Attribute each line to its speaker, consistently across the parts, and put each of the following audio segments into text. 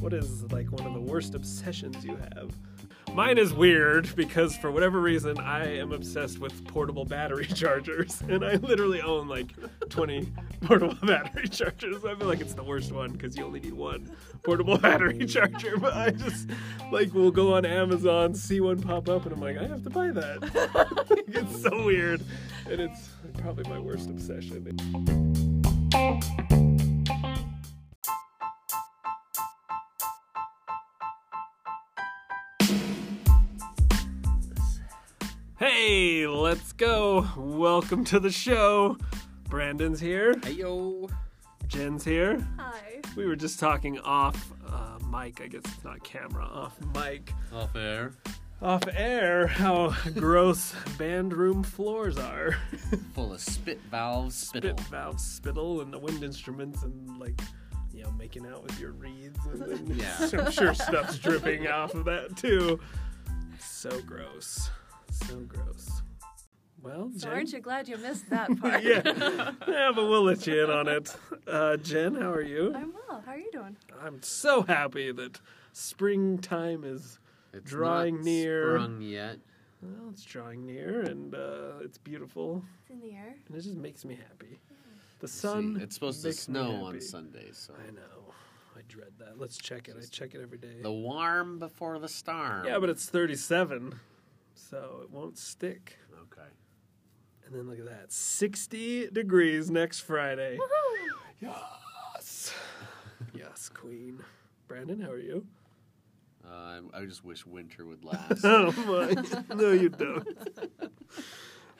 Speaker 1: What is like one of the worst obsessions you have? Mine is weird because for whatever reason I am obsessed with portable battery chargers and I literally own like 20 portable battery chargers. I feel like it's the worst one because you only need one portable battery charger. But I just like will go on Amazon, see one pop up, and I'm like, I have to buy that. it's so weird. And it's probably my worst obsession. Hey, let's go. Welcome to the show. Brandon's here.
Speaker 2: Ayo.
Speaker 1: Jen's here.
Speaker 3: Hi.
Speaker 1: We were just talking off uh, mic, I guess it's not camera, off mic,
Speaker 2: Off air.
Speaker 1: off air, how gross band room floors are.
Speaker 2: Full of spit valves, spittle.
Speaker 1: Bit valve spittle and the wind instruments and like, you know, making out with your reeds. And then
Speaker 2: Yeah.
Speaker 1: I'm sure stuff's dripping off of that too. So gross. So gross. Well,
Speaker 3: So
Speaker 1: Jen,
Speaker 3: aren't you glad you missed that part?
Speaker 1: yeah. yeah, but we'll let you in on it. Uh, Jen, how are you?
Speaker 3: I'm well. How are you doing?
Speaker 1: I'm so happy that springtime is.
Speaker 2: It's
Speaker 1: Drawing
Speaker 2: not
Speaker 1: near.
Speaker 2: Sprung yet.
Speaker 1: Well, it's drawing near and uh, it's beautiful
Speaker 3: It's in the air.
Speaker 1: and it just makes me happy. The sun.
Speaker 2: See, it's supposed to
Speaker 1: makes me
Speaker 2: snow on
Speaker 1: happy.
Speaker 2: Sunday, so
Speaker 1: I know. I dread that. Let's check it. I check it every day.
Speaker 2: the warm before the storm.
Speaker 1: Yeah, but it's 37, so it won't stick.
Speaker 2: okay.
Speaker 1: And then look at that 60 degrees next Friday. Yes. yes, Queen. Brandon, how are you?
Speaker 2: Uh, I- I just wish winter would last.
Speaker 1: Oh my! No, you don't.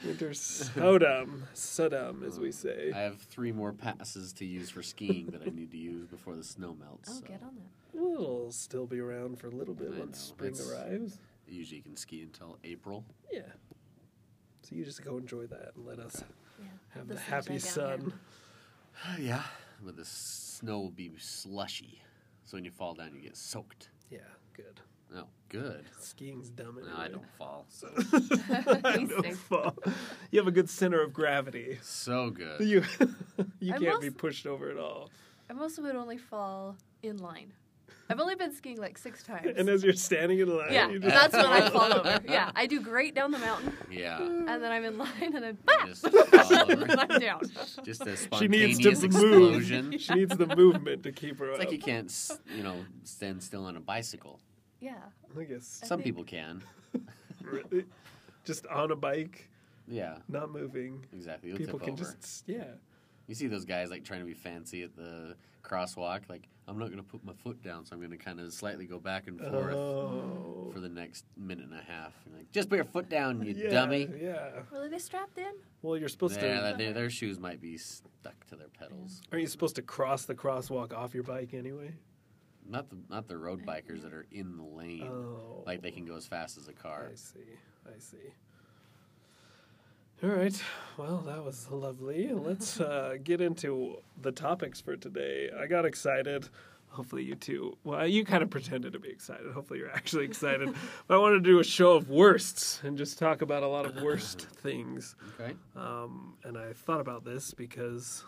Speaker 1: Winter's so dumb, so dumb, as we say.
Speaker 2: I have three more passes to use for skiing that I need to use before the snow melts.
Speaker 3: Oh,
Speaker 2: so
Speaker 3: get on that.
Speaker 1: Well, it'll still be around for a little bit
Speaker 2: I
Speaker 1: once
Speaker 2: know,
Speaker 1: spring
Speaker 2: it's-
Speaker 1: arrives.
Speaker 2: I usually can ski until April.
Speaker 1: Yeah. So you just go enjoy that and let us
Speaker 3: Yeah.
Speaker 1: have
Speaker 3: The
Speaker 1: the, happy
Speaker 3: sunshine down
Speaker 1: sun.
Speaker 2: yeah, but the snow will be slushy, so when you fall down, you get soaked.
Speaker 1: Yeah, good.
Speaker 2: Oh, good.
Speaker 1: Skiing's dumb.
Speaker 2: No,
Speaker 1: Anyway.
Speaker 2: I don't fall. So,
Speaker 1: I
Speaker 3: He's
Speaker 1: don't
Speaker 3: safe.
Speaker 1: fall. You have a good center of gravity.
Speaker 2: so good.
Speaker 1: You you
Speaker 3: I'm
Speaker 1: can't be
Speaker 3: also-
Speaker 1: pushed over at all.
Speaker 3: I most would only fall in line. I've only been skiing like six times.
Speaker 1: And as you're standing in line,
Speaker 3: yeah,
Speaker 1: you just
Speaker 3: that's when I fall over. Yeah, I do great down the mountain,
Speaker 2: Yeah.
Speaker 3: and then I'm in line, and then
Speaker 2: I
Speaker 3: bah,
Speaker 2: Just, fall
Speaker 3: and then
Speaker 2: over.
Speaker 3: I'm down.
Speaker 2: just a
Speaker 1: She needs
Speaker 2: spontaneous
Speaker 1: to move.
Speaker 2: explosion.
Speaker 1: She needs the movement to keep her
Speaker 2: It's
Speaker 1: up.
Speaker 2: like you can't, s- you know, stand still on a bicycle.
Speaker 3: Yeah,
Speaker 1: I guess
Speaker 2: Some
Speaker 3: think-
Speaker 2: people can.
Speaker 1: really, just on a bike,
Speaker 2: Yeah,
Speaker 1: not moving.
Speaker 2: exactly. You'll
Speaker 1: People
Speaker 2: tip
Speaker 1: can
Speaker 2: over.
Speaker 1: just yeah.
Speaker 2: You see those guys like trying to be fancy at the crosswalk. Like, I'm not going to put my foot down, so I'm going to kind of slightly go back and forth
Speaker 1: Oh,
Speaker 2: for the next minute and a half. You're like, just put your foot down, you
Speaker 1: yeah,
Speaker 2: dummy.
Speaker 1: Yeah.
Speaker 3: really? They strapped in?
Speaker 1: Well, you're supposed
Speaker 2: Yeah,
Speaker 1: to.
Speaker 2: that- their, their shoes might be stuck to their pedals.
Speaker 1: Aren't you supposed to cross the crosswalk off your bike anyway?
Speaker 2: Not the not the road bikers that are in the lane.
Speaker 1: Oh.
Speaker 2: Like they can go as fast as a car.
Speaker 1: I see. I see. All right. Well, that was lovely. Let's uh, get into the topics for today. I got excited. Hopefully, you too. Well, you kind of pretended to be excited. Hopefully, you're actually excited. but I wanted to do a show of worsts and just talk about a lot of worst things.
Speaker 2: Okay.
Speaker 1: Um, and I thought about this because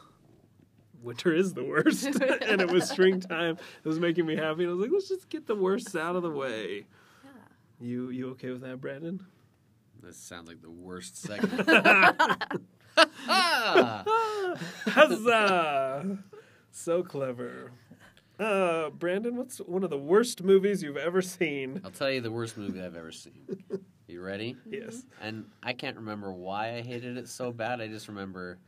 Speaker 1: winter is the worst, and it was springtime. It was making me happy, and I was like, let's just get the worst out of the way.
Speaker 3: Yeah.
Speaker 1: You you okay with that, Brandon?
Speaker 2: This sounds like the worst segment. Ah!
Speaker 1: Huzzah! so clever. Uh, Brandon, what's one of the worst movies you've ever seen?
Speaker 2: I'll tell you the worst movie I've ever seen. You ready?
Speaker 1: Yes.
Speaker 2: And I can't remember why I hated it so bad. I just remember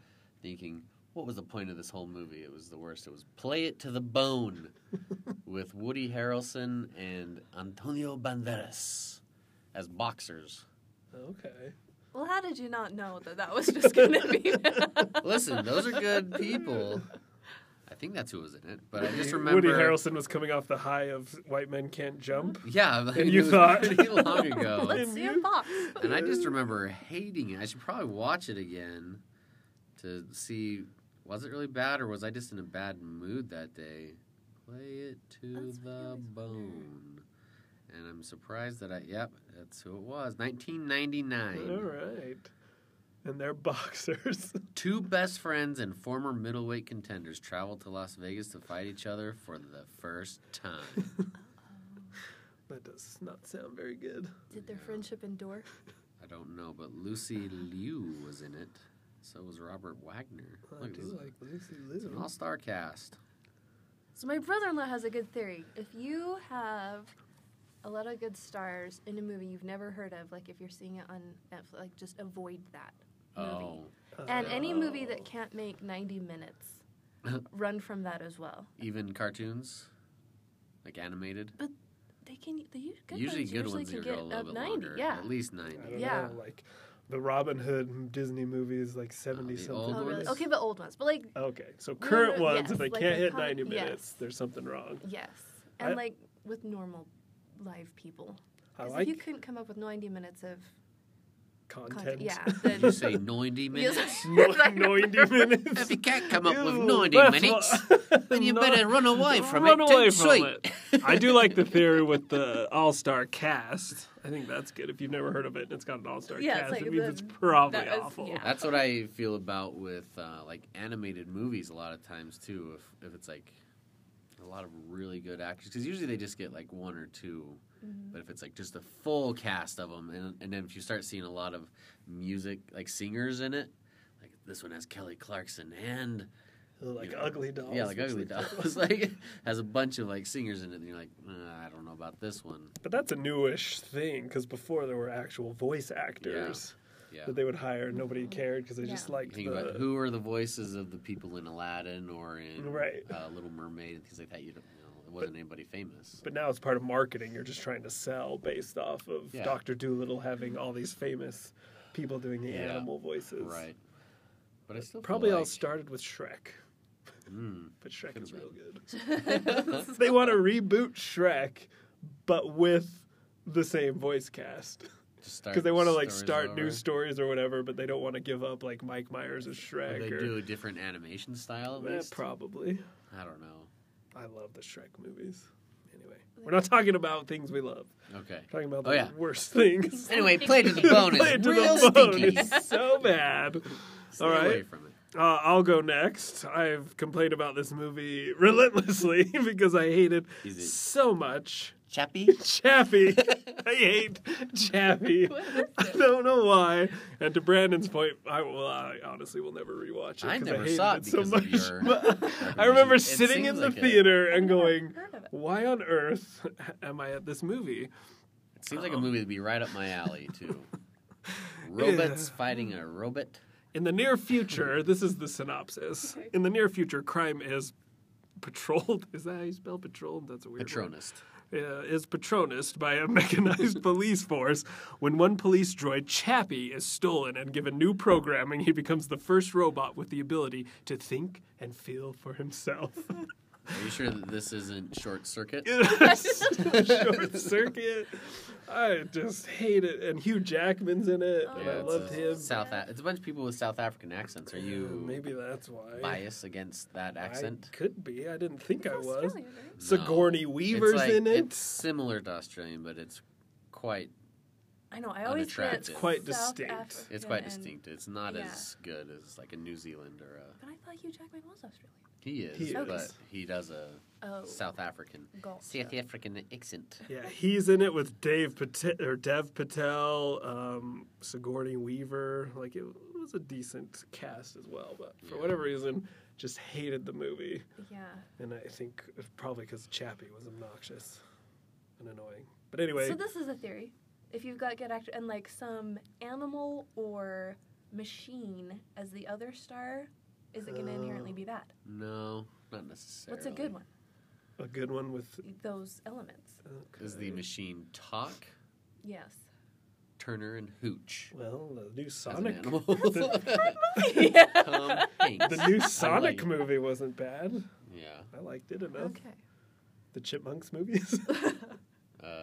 Speaker 2: thinking, what was the point of this whole movie? It was the worst. It was Play It to the Bone with Woody Harrelson and Antonio Banderas as boxers.
Speaker 1: Okay.
Speaker 3: Well, how did you not know that that was just gonna be?
Speaker 2: Listen, those are good people. I think that's who was in it, but I just remember
Speaker 1: Woody Harrelson was coming off the high of White Men Can't Jump.
Speaker 2: Yeah, I mean,
Speaker 1: you
Speaker 2: it was
Speaker 1: thought-
Speaker 2: pretty long ago,
Speaker 3: Let's see a box.
Speaker 2: and I just remember hating it. I should probably watch it again to see was it really bad or was I just in a bad mood that day? Play it to
Speaker 3: That's what
Speaker 2: the
Speaker 3: I always wonder.
Speaker 2: bone, and I'm surprised that I. Yep, that's who it was. 1999.
Speaker 1: All right. And they're boxers.
Speaker 2: Two best friends and former middleweight contenders travel to Las Vegas to fight each other for the first time.
Speaker 1: That does not sound very good.
Speaker 3: Did their friendship endure?
Speaker 2: I don't know, but Lucy Liu was in it. So was Robert Wagner.
Speaker 1: I
Speaker 2: Look at
Speaker 1: do
Speaker 2: this.
Speaker 1: like Lucy
Speaker 2: It's an
Speaker 1: Liu.
Speaker 2: all-star cast.
Speaker 3: So my brother-in-law has a good theory. If you have a lot of good stars in a movie you've never heard of, like if you're seeing it on Netflix, like just avoid that movie.
Speaker 2: Oh,
Speaker 3: And any movie
Speaker 1: Oh.
Speaker 3: that can't make 90 minutes, run from that as well.
Speaker 2: even cartoons, like animated.
Speaker 3: They can the u- good
Speaker 2: usually
Speaker 3: ones
Speaker 2: good
Speaker 3: usually
Speaker 2: ones
Speaker 3: can
Speaker 2: that go a
Speaker 3: get
Speaker 2: little
Speaker 3: up
Speaker 2: bit
Speaker 3: 90.
Speaker 2: longer.
Speaker 3: Yeah.
Speaker 2: at least
Speaker 1: I
Speaker 2: ninety.
Speaker 1: don't
Speaker 3: Yeah.
Speaker 1: know, like the Robin Hood Disney movies, like seventy
Speaker 2: the
Speaker 1: something.
Speaker 2: old
Speaker 3: Oh, really?
Speaker 2: ones?
Speaker 3: Okay, but old ones. But like
Speaker 1: Okay, so
Speaker 3: no,
Speaker 1: current
Speaker 3: no,
Speaker 1: ones,
Speaker 3: yes,
Speaker 1: if they
Speaker 3: like
Speaker 1: can't
Speaker 3: the
Speaker 1: hit
Speaker 3: comic-
Speaker 1: ninety
Speaker 3: yes.
Speaker 1: minutes, there's something wrong.
Speaker 3: yes. And
Speaker 1: I-
Speaker 3: like with normal live people.
Speaker 1: I
Speaker 3: 'Cause
Speaker 1: like
Speaker 3: if you couldn't come up with 90 minutes of
Speaker 1: content.
Speaker 3: content, yeah,
Speaker 2: Did you
Speaker 3: then
Speaker 2: say ninety minutes?
Speaker 3: Yes.
Speaker 1: No- ninety minutes.
Speaker 2: If you can't come up with
Speaker 1: Ew,
Speaker 2: 90
Speaker 1: that's
Speaker 2: minutes,
Speaker 1: what-
Speaker 2: then you
Speaker 1: No.
Speaker 2: better run away from
Speaker 1: Run
Speaker 2: it.
Speaker 1: away
Speaker 2: dead
Speaker 1: from
Speaker 2: straight.
Speaker 1: I do like the theory with the all star cast. I think that's good. If you've never heard of it and it's got an all star
Speaker 3: Yeah, it's
Speaker 1: cast,
Speaker 3: like
Speaker 1: it means
Speaker 3: the-
Speaker 1: it's probably
Speaker 3: that was-
Speaker 1: awful.
Speaker 3: yeah.
Speaker 2: That's what I feel about with uh, like animated movies a lot of times too. If if it's like a lot of really good actors, because usually they just get like one or 2 But if it's like just a full cast of them, and and then if you start seeing a lot of music like singers in it, like this one has Kelly Clarkson and
Speaker 1: Like
Speaker 2: Yeah.
Speaker 1: ugly dolls.
Speaker 2: yeah, like
Speaker 1: which
Speaker 2: Ugly
Speaker 1: they call
Speaker 2: Dolls, like has a bunch of like singers in it, and you're like, "Uh, I don't know about this one.
Speaker 1: But that's a newish thing because before there were actual voice actors
Speaker 2: Yeah.
Speaker 1: that they would hire. and Nobody cared because they just
Speaker 3: Yeah.
Speaker 1: liked
Speaker 2: You think about
Speaker 1: the.
Speaker 2: who are the voices of the people in Aladdin or in
Speaker 1: Right.
Speaker 2: uh, Little Mermaid and things like that. You don't you know. It wasn't anybody famous.
Speaker 1: But now it's part of marketing. You're just trying to sell based off of
Speaker 2: Yeah.
Speaker 1: Doctor Doolittle having all these famous people doing the
Speaker 2: Yeah.
Speaker 1: animal voices.
Speaker 2: Right. But I still
Speaker 1: Probably
Speaker 2: feel
Speaker 1: all
Speaker 2: like,
Speaker 1: started with Shrek,
Speaker 2: Mm,
Speaker 1: but Shrek
Speaker 2: Could've
Speaker 1: is
Speaker 2: been.
Speaker 1: real good. they want to reboot Shrek, but with the same voice cast because they want to like start new
Speaker 2: stories.
Speaker 1: stories or whatever, but they don't want to give up like Mike Myers as
Speaker 2: over. Or
Speaker 1: Shrek
Speaker 2: They
Speaker 1: or
Speaker 2: do a different animation style at
Speaker 1: Eh,
Speaker 2: least.
Speaker 1: probably.
Speaker 2: I don't know.
Speaker 1: I love the Shrek movies. Anyway, we're not talking about things we love.
Speaker 2: Okay.
Speaker 1: We're talking about the
Speaker 2: Oh, yeah.
Speaker 1: worst things.
Speaker 2: Anyway, play to the bone
Speaker 1: Play
Speaker 2: is
Speaker 1: to the
Speaker 2: real
Speaker 1: bone.
Speaker 2: stinky.
Speaker 1: It's so bad.
Speaker 2: Stay
Speaker 1: All
Speaker 2: away
Speaker 1: right.
Speaker 2: from it.
Speaker 1: Uh, I'll go next. I've complained about this movie relentlessly because I hate it,
Speaker 2: Is it-
Speaker 1: so much.
Speaker 2: Chappie?
Speaker 1: Chappie. I hate Chappie. I don't know why. And to Brandon's point, I well, I honestly will never rewatch it.
Speaker 2: I
Speaker 1: 'cause
Speaker 2: never
Speaker 1: hated
Speaker 2: saw it
Speaker 1: so
Speaker 2: because of
Speaker 1: much.
Speaker 2: your
Speaker 1: But I remember
Speaker 2: It
Speaker 1: sitting
Speaker 2: seems
Speaker 1: in the
Speaker 2: like a-
Speaker 1: theater and
Speaker 3: never
Speaker 1: going,
Speaker 3: heard of it.
Speaker 1: "Why on earth am I at this movie?"
Speaker 2: It seems like a movie that'd be right up my alley too. Robots fighting a robot.
Speaker 1: In the near future, this is the synopsis. In the near future, crime is patrolled. Is that how you spell patrolled? That's a weird word.
Speaker 2: Patronist.
Speaker 1: uh, is patronized by a mechanized police force. When one police droid, Chappie, is stolen and given new programming, he becomes the first robot with the ability to think and feel for himself.
Speaker 2: Are you sure that this isn't short circuit?
Speaker 1: Short circuit. I just hate it. And Hugh Jackman's in it, and
Speaker 2: Oh, Yeah,
Speaker 1: I
Speaker 2: it's
Speaker 1: loved
Speaker 2: a
Speaker 1: him.
Speaker 2: South. A- it's a bunch of people with South African accents. Are you
Speaker 1: Maybe that's why.
Speaker 2: biased against that
Speaker 1: I
Speaker 2: accent?
Speaker 1: could be. I didn't think I was.
Speaker 3: Australian, right?
Speaker 1: Sigourney Weaver's
Speaker 2: it's like-
Speaker 1: in it.
Speaker 2: It's similar to Australian, but it's quite.
Speaker 3: I know. I always get
Speaker 2: Unattractive. It's
Speaker 1: quite
Speaker 3: South
Speaker 1: distinct.
Speaker 3: African
Speaker 2: It's quite
Speaker 3: and-
Speaker 2: distinct. It's not
Speaker 3: yeah.
Speaker 2: as good as like a New Zealand or a.
Speaker 3: But I thought Hugh Jackman was Australian.
Speaker 2: He is,
Speaker 1: He
Speaker 2: but
Speaker 1: is.
Speaker 2: he does a
Speaker 3: Oh,
Speaker 2: South African,
Speaker 3: gotcha.
Speaker 2: South African accent.
Speaker 1: Yeah, he's in it with Dave Patel or Dev Patel, um, Sigourney Weaver. Like it was a decent cast as well, but for
Speaker 2: Yeah.
Speaker 1: whatever reason, just hated the movie.
Speaker 3: Yeah.
Speaker 1: And I think it's probably because Chappie was obnoxious and annoying. But anyway,
Speaker 3: So this is a theory. If you've got good actor and like some animal or machine as the other star, is it going to
Speaker 1: Oh.
Speaker 3: inherently be bad?
Speaker 2: No, not necessarily.
Speaker 3: What's a good one?
Speaker 1: a good one with uh,
Speaker 3: Those elements.
Speaker 2: Is the machine talk?
Speaker 3: Yes.
Speaker 2: Turner and Hooch.
Speaker 1: well the new
Speaker 2: As an
Speaker 1: Sonic.
Speaker 2: animal.
Speaker 3: yeah.
Speaker 2: Tom Hanks.
Speaker 1: The new
Speaker 2: I
Speaker 1: Sonic
Speaker 2: like it.
Speaker 1: movie wasn't bad.
Speaker 2: Yeah.
Speaker 1: I liked it enough.
Speaker 3: Okay.
Speaker 1: The Chipmunks movies.
Speaker 2: Uh,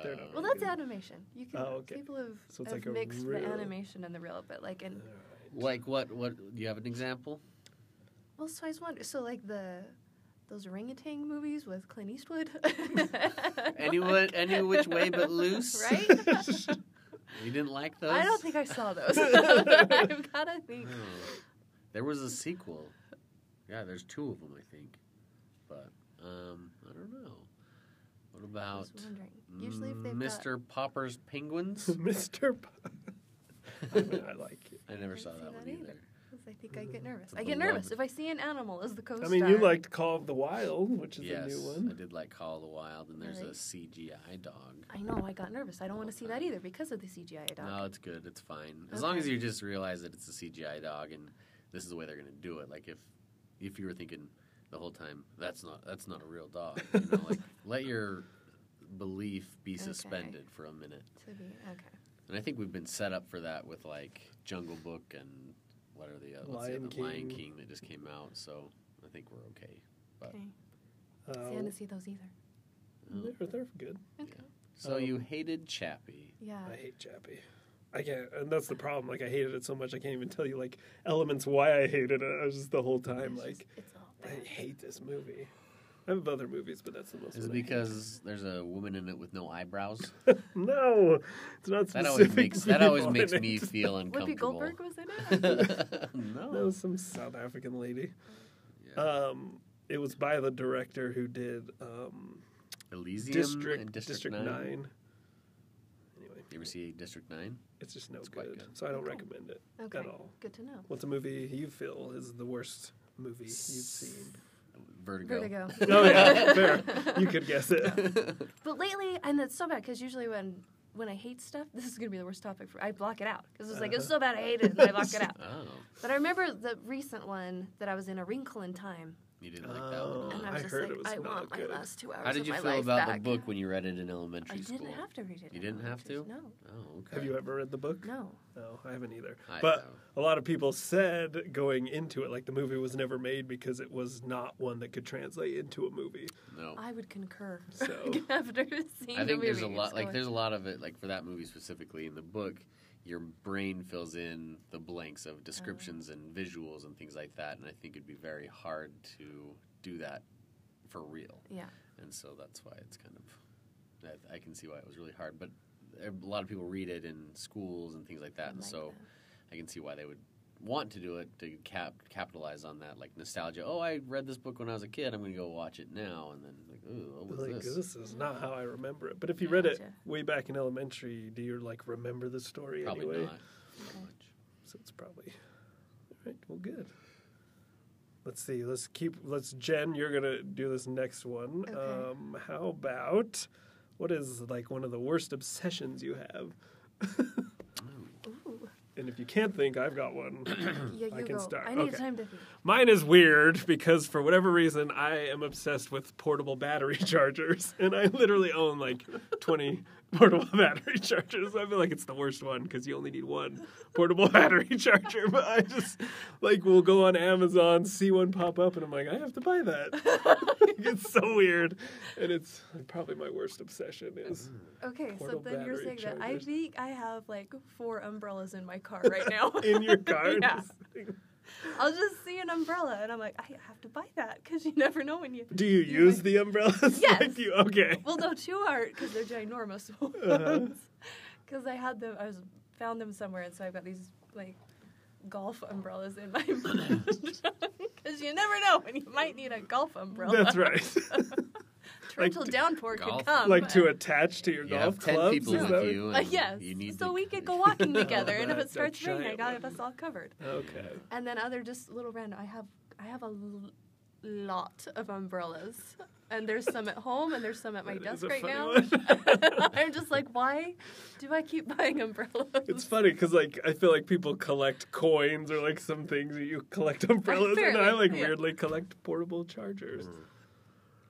Speaker 1: They're not
Speaker 3: Well,
Speaker 1: very
Speaker 3: that's
Speaker 1: good.
Speaker 3: animation. You can
Speaker 1: Oh, okay.
Speaker 3: people have,
Speaker 1: So it's
Speaker 3: have
Speaker 1: like a
Speaker 3: mixed
Speaker 1: real-
Speaker 3: the animation and the real, but like in
Speaker 2: Like what? What? Do you have an example?
Speaker 3: Well, so I was wondering. So, like the those orangutan movies with Clint Eastwood.
Speaker 2: Any wa- any which way but loose?
Speaker 3: right?
Speaker 2: You didn't like those?
Speaker 3: I don't think I saw those. I've gotta think.
Speaker 2: Oh. There was a sequel. Yeah, there's two of them, I think. But um, I don't know. What
Speaker 3: I
Speaker 2: about
Speaker 3: was wondering.
Speaker 1: Mm,
Speaker 3: Usually, if they've got,
Speaker 2: Mr. Popper's Penguins?
Speaker 1: Mr. P- I, mean, I like it.
Speaker 2: I never
Speaker 3: didn't
Speaker 2: saw
Speaker 3: see
Speaker 2: that
Speaker 3: that
Speaker 2: one
Speaker 3: either.
Speaker 2: either.
Speaker 3: I think I get nervous.
Speaker 2: It's
Speaker 3: I
Speaker 2: the
Speaker 3: get nervous
Speaker 2: love-
Speaker 3: if I see an animal as the co-star.
Speaker 1: I mean, you liked Call of the Wild, which is
Speaker 2: Yes,
Speaker 1: a new
Speaker 2: I
Speaker 1: one.
Speaker 2: did like Call of the Wild, and there's
Speaker 3: Really?
Speaker 2: a CGI dog.
Speaker 3: I know. I got nervous. I don't want to see that either because of the CGI dog.
Speaker 2: No, it's good. It's fine. As long
Speaker 3: Okay.
Speaker 2: as you just realize that it's a CGI dog and this is the way they're going to do it. Like if if you were thinking the whole time that's not that's not a real dog, you know, like let your belief be
Speaker 3: Okay.
Speaker 2: suspended for a minute.
Speaker 3: To be okay.
Speaker 2: And I think we've been set up for that with like Jungle Book and what are the uh, what's
Speaker 1: Lion
Speaker 2: the other Lion
Speaker 1: King.
Speaker 2: King that just came out. So I think we're okay. But-
Speaker 3: Okay. See, I
Speaker 1: Uh,
Speaker 3: didn't see those either. Mm-hmm.
Speaker 2: Oh.
Speaker 1: they're, they're good.
Speaker 3: Okay.
Speaker 2: So
Speaker 1: Um,
Speaker 2: you hated Chappie.
Speaker 3: Yeah.
Speaker 1: I hate Chappie. I can't, and that's the problem. Like I hated it so much, I can't even tell you like elements why I hated it. I was just the whole time
Speaker 3: It's
Speaker 1: like,
Speaker 3: just- it's all
Speaker 1: I
Speaker 3: bad.
Speaker 1: hate this movie. I have other movies, but that's the most.
Speaker 2: Is it
Speaker 1: one I hate.
Speaker 2: because there's a woman in it with no eyebrows?
Speaker 1: No, it's not specific.
Speaker 2: That always makes that always
Speaker 1: people in
Speaker 2: makes
Speaker 1: it.
Speaker 2: me feel
Speaker 3: Whoopi
Speaker 2: uncomfortable.
Speaker 3: Goldberg was in it.
Speaker 1: That
Speaker 2: no.
Speaker 1: was some South African lady.
Speaker 2: Yeah.
Speaker 1: Um, it was by the director who did um,
Speaker 2: Elysium
Speaker 1: District
Speaker 2: and
Speaker 1: District,
Speaker 2: District, 9.
Speaker 1: Nine. Anyway,
Speaker 2: You ever see District 9?
Speaker 1: it's just no
Speaker 2: It's quite
Speaker 1: good,
Speaker 2: good.
Speaker 1: so I don't
Speaker 3: Okay.
Speaker 1: recommend it
Speaker 3: Okay.
Speaker 1: at all.
Speaker 3: Good to know.
Speaker 1: What's a movie you feel is the worst movie you've seen?
Speaker 2: Vertigo.
Speaker 3: Vertigo.
Speaker 1: oh yeah, fair. You could guess it.
Speaker 3: But lately, and it's so bad because usually when when I hate stuff, this is gonna be the worst topic for. I block it out because it's like it's so bad I hate it, and I block it out.
Speaker 2: Oh,
Speaker 3: But I remember the recent one that I was in A Wrinkle in Time,
Speaker 2: you didn't like that one. huh?
Speaker 3: and
Speaker 1: Oh,
Speaker 3: I
Speaker 1: I
Speaker 3: was just
Speaker 1: heard
Speaker 3: like,
Speaker 1: it was
Speaker 3: I
Speaker 1: not
Speaker 3: want
Speaker 1: good.
Speaker 3: my last two hours.
Speaker 2: How did
Speaker 3: of
Speaker 2: you
Speaker 3: my
Speaker 2: feel
Speaker 3: life
Speaker 2: about
Speaker 3: back.
Speaker 2: the book when you read it in
Speaker 3: I
Speaker 2: elementary
Speaker 3: didn't
Speaker 2: school?
Speaker 3: have to read it.
Speaker 2: You
Speaker 3: in
Speaker 2: didn't have
Speaker 3: elementary-
Speaker 2: Oh, okay.
Speaker 1: Have you ever read the book?
Speaker 3: No, no.
Speaker 1: No, I haven't either.
Speaker 2: I
Speaker 1: but a
Speaker 2: know.
Speaker 1: lot of people said going into it, like the movie was never made because it was not one that could translate into a movie.
Speaker 2: No.
Speaker 3: I would concur.
Speaker 1: So-
Speaker 3: after seeing
Speaker 2: I
Speaker 3: the
Speaker 2: think
Speaker 3: movie,
Speaker 2: there's a
Speaker 3: it's
Speaker 2: lot like
Speaker 3: going-
Speaker 2: there's a lot of it like for that movie specifically in the book your brain fills in the blanks of descriptions and visuals and things like that and I think it'd be very hard to do that for real.
Speaker 3: Yeah.
Speaker 2: And so that's why it's kind of I, I can see why it was really hard but a lot of people read it in schools and things like that and
Speaker 3: like
Speaker 2: so I can see why they would want to do it to cap capitalize on that like nostalgia. Oh, I read this book when I was a kid. I'm going to go watch it now and then like, ooh, what was
Speaker 1: Like
Speaker 2: this?
Speaker 1: this? is not how I remember it. But if you read it
Speaker 3: Gotcha.
Speaker 1: way back in elementary, do you like remember the story
Speaker 2: Probably
Speaker 1: anyway?
Speaker 2: not. so much.
Speaker 1: So it's probably all right. Well, good. Let's see. Let's keep. Let's Jen. You're gonna do this next one.
Speaker 3: Okay.
Speaker 1: Um, how about what is like one of the worst obsessions you have?
Speaker 3: Ooh.
Speaker 1: And if you can't think, I've got one.
Speaker 3: Yeah, you
Speaker 1: I can
Speaker 3: go.
Speaker 1: start.
Speaker 3: I need
Speaker 1: Okay.
Speaker 3: time to think.
Speaker 1: Mine is weird because for whatever reason I am obsessed with portable battery chargers and I literally own like 20 portable battery chargers. I feel like it's the worst one cuz you only need one portable battery charger, but I just like will go on Amazon, see one pop up and I'm like I have to buy that. it's so weird and it's probably my worst obsession is
Speaker 3: Okay, so
Speaker 1: Portable
Speaker 3: then you're
Speaker 1: battery
Speaker 3: saying that I
Speaker 1: chargers.
Speaker 3: think I have like four umbrellas in my car right now.
Speaker 1: in your car. and
Speaker 3: Yeah.
Speaker 1: just think-
Speaker 3: I'll just see an umbrella and I'm like, I have to buy that because you never know when you.
Speaker 1: Do you use the umbrellas?
Speaker 3: Yes.
Speaker 1: Like you, okay.
Speaker 3: Well, no, two are because they're ginormous
Speaker 1: Uh-huh.
Speaker 3: ones. Because I had them, I was found them somewhere, and so I've got these like golf umbrellas in my because you never know when you might need a golf umbrella.
Speaker 1: That's right.
Speaker 3: Torrential
Speaker 1: Like,
Speaker 3: downpour
Speaker 2: golf-
Speaker 3: could come.
Speaker 1: like to
Speaker 3: and-
Speaker 1: attach to your
Speaker 2: You
Speaker 1: golf
Speaker 2: have ten
Speaker 1: clubs?
Speaker 2: people
Speaker 1: Is
Speaker 2: with
Speaker 1: that what-
Speaker 2: you.
Speaker 3: Uh,
Speaker 2: and
Speaker 3: yes,
Speaker 2: you need
Speaker 3: so
Speaker 2: to-
Speaker 3: we could go walking together, and if
Speaker 1: Oh, That's a
Speaker 3: it starts raining, I
Speaker 1: giant
Speaker 3: got
Speaker 1: one.
Speaker 3: us all covered.
Speaker 1: Okay.
Speaker 3: And then other just little random. I have I have a l- lot of umbrellas, and there's some at home, and there's some at my
Speaker 1: That is
Speaker 3: desk
Speaker 1: a
Speaker 3: right
Speaker 1: funny
Speaker 3: now.
Speaker 1: one.
Speaker 3: I'm just like, why do I keep buying umbrellas?
Speaker 1: It's funny because like I feel like people collect coins or like some things that you collect umbrellas, and I
Speaker 3: Apparently,
Speaker 1: like
Speaker 3: yeah.
Speaker 1: weirdly collect portable chargers.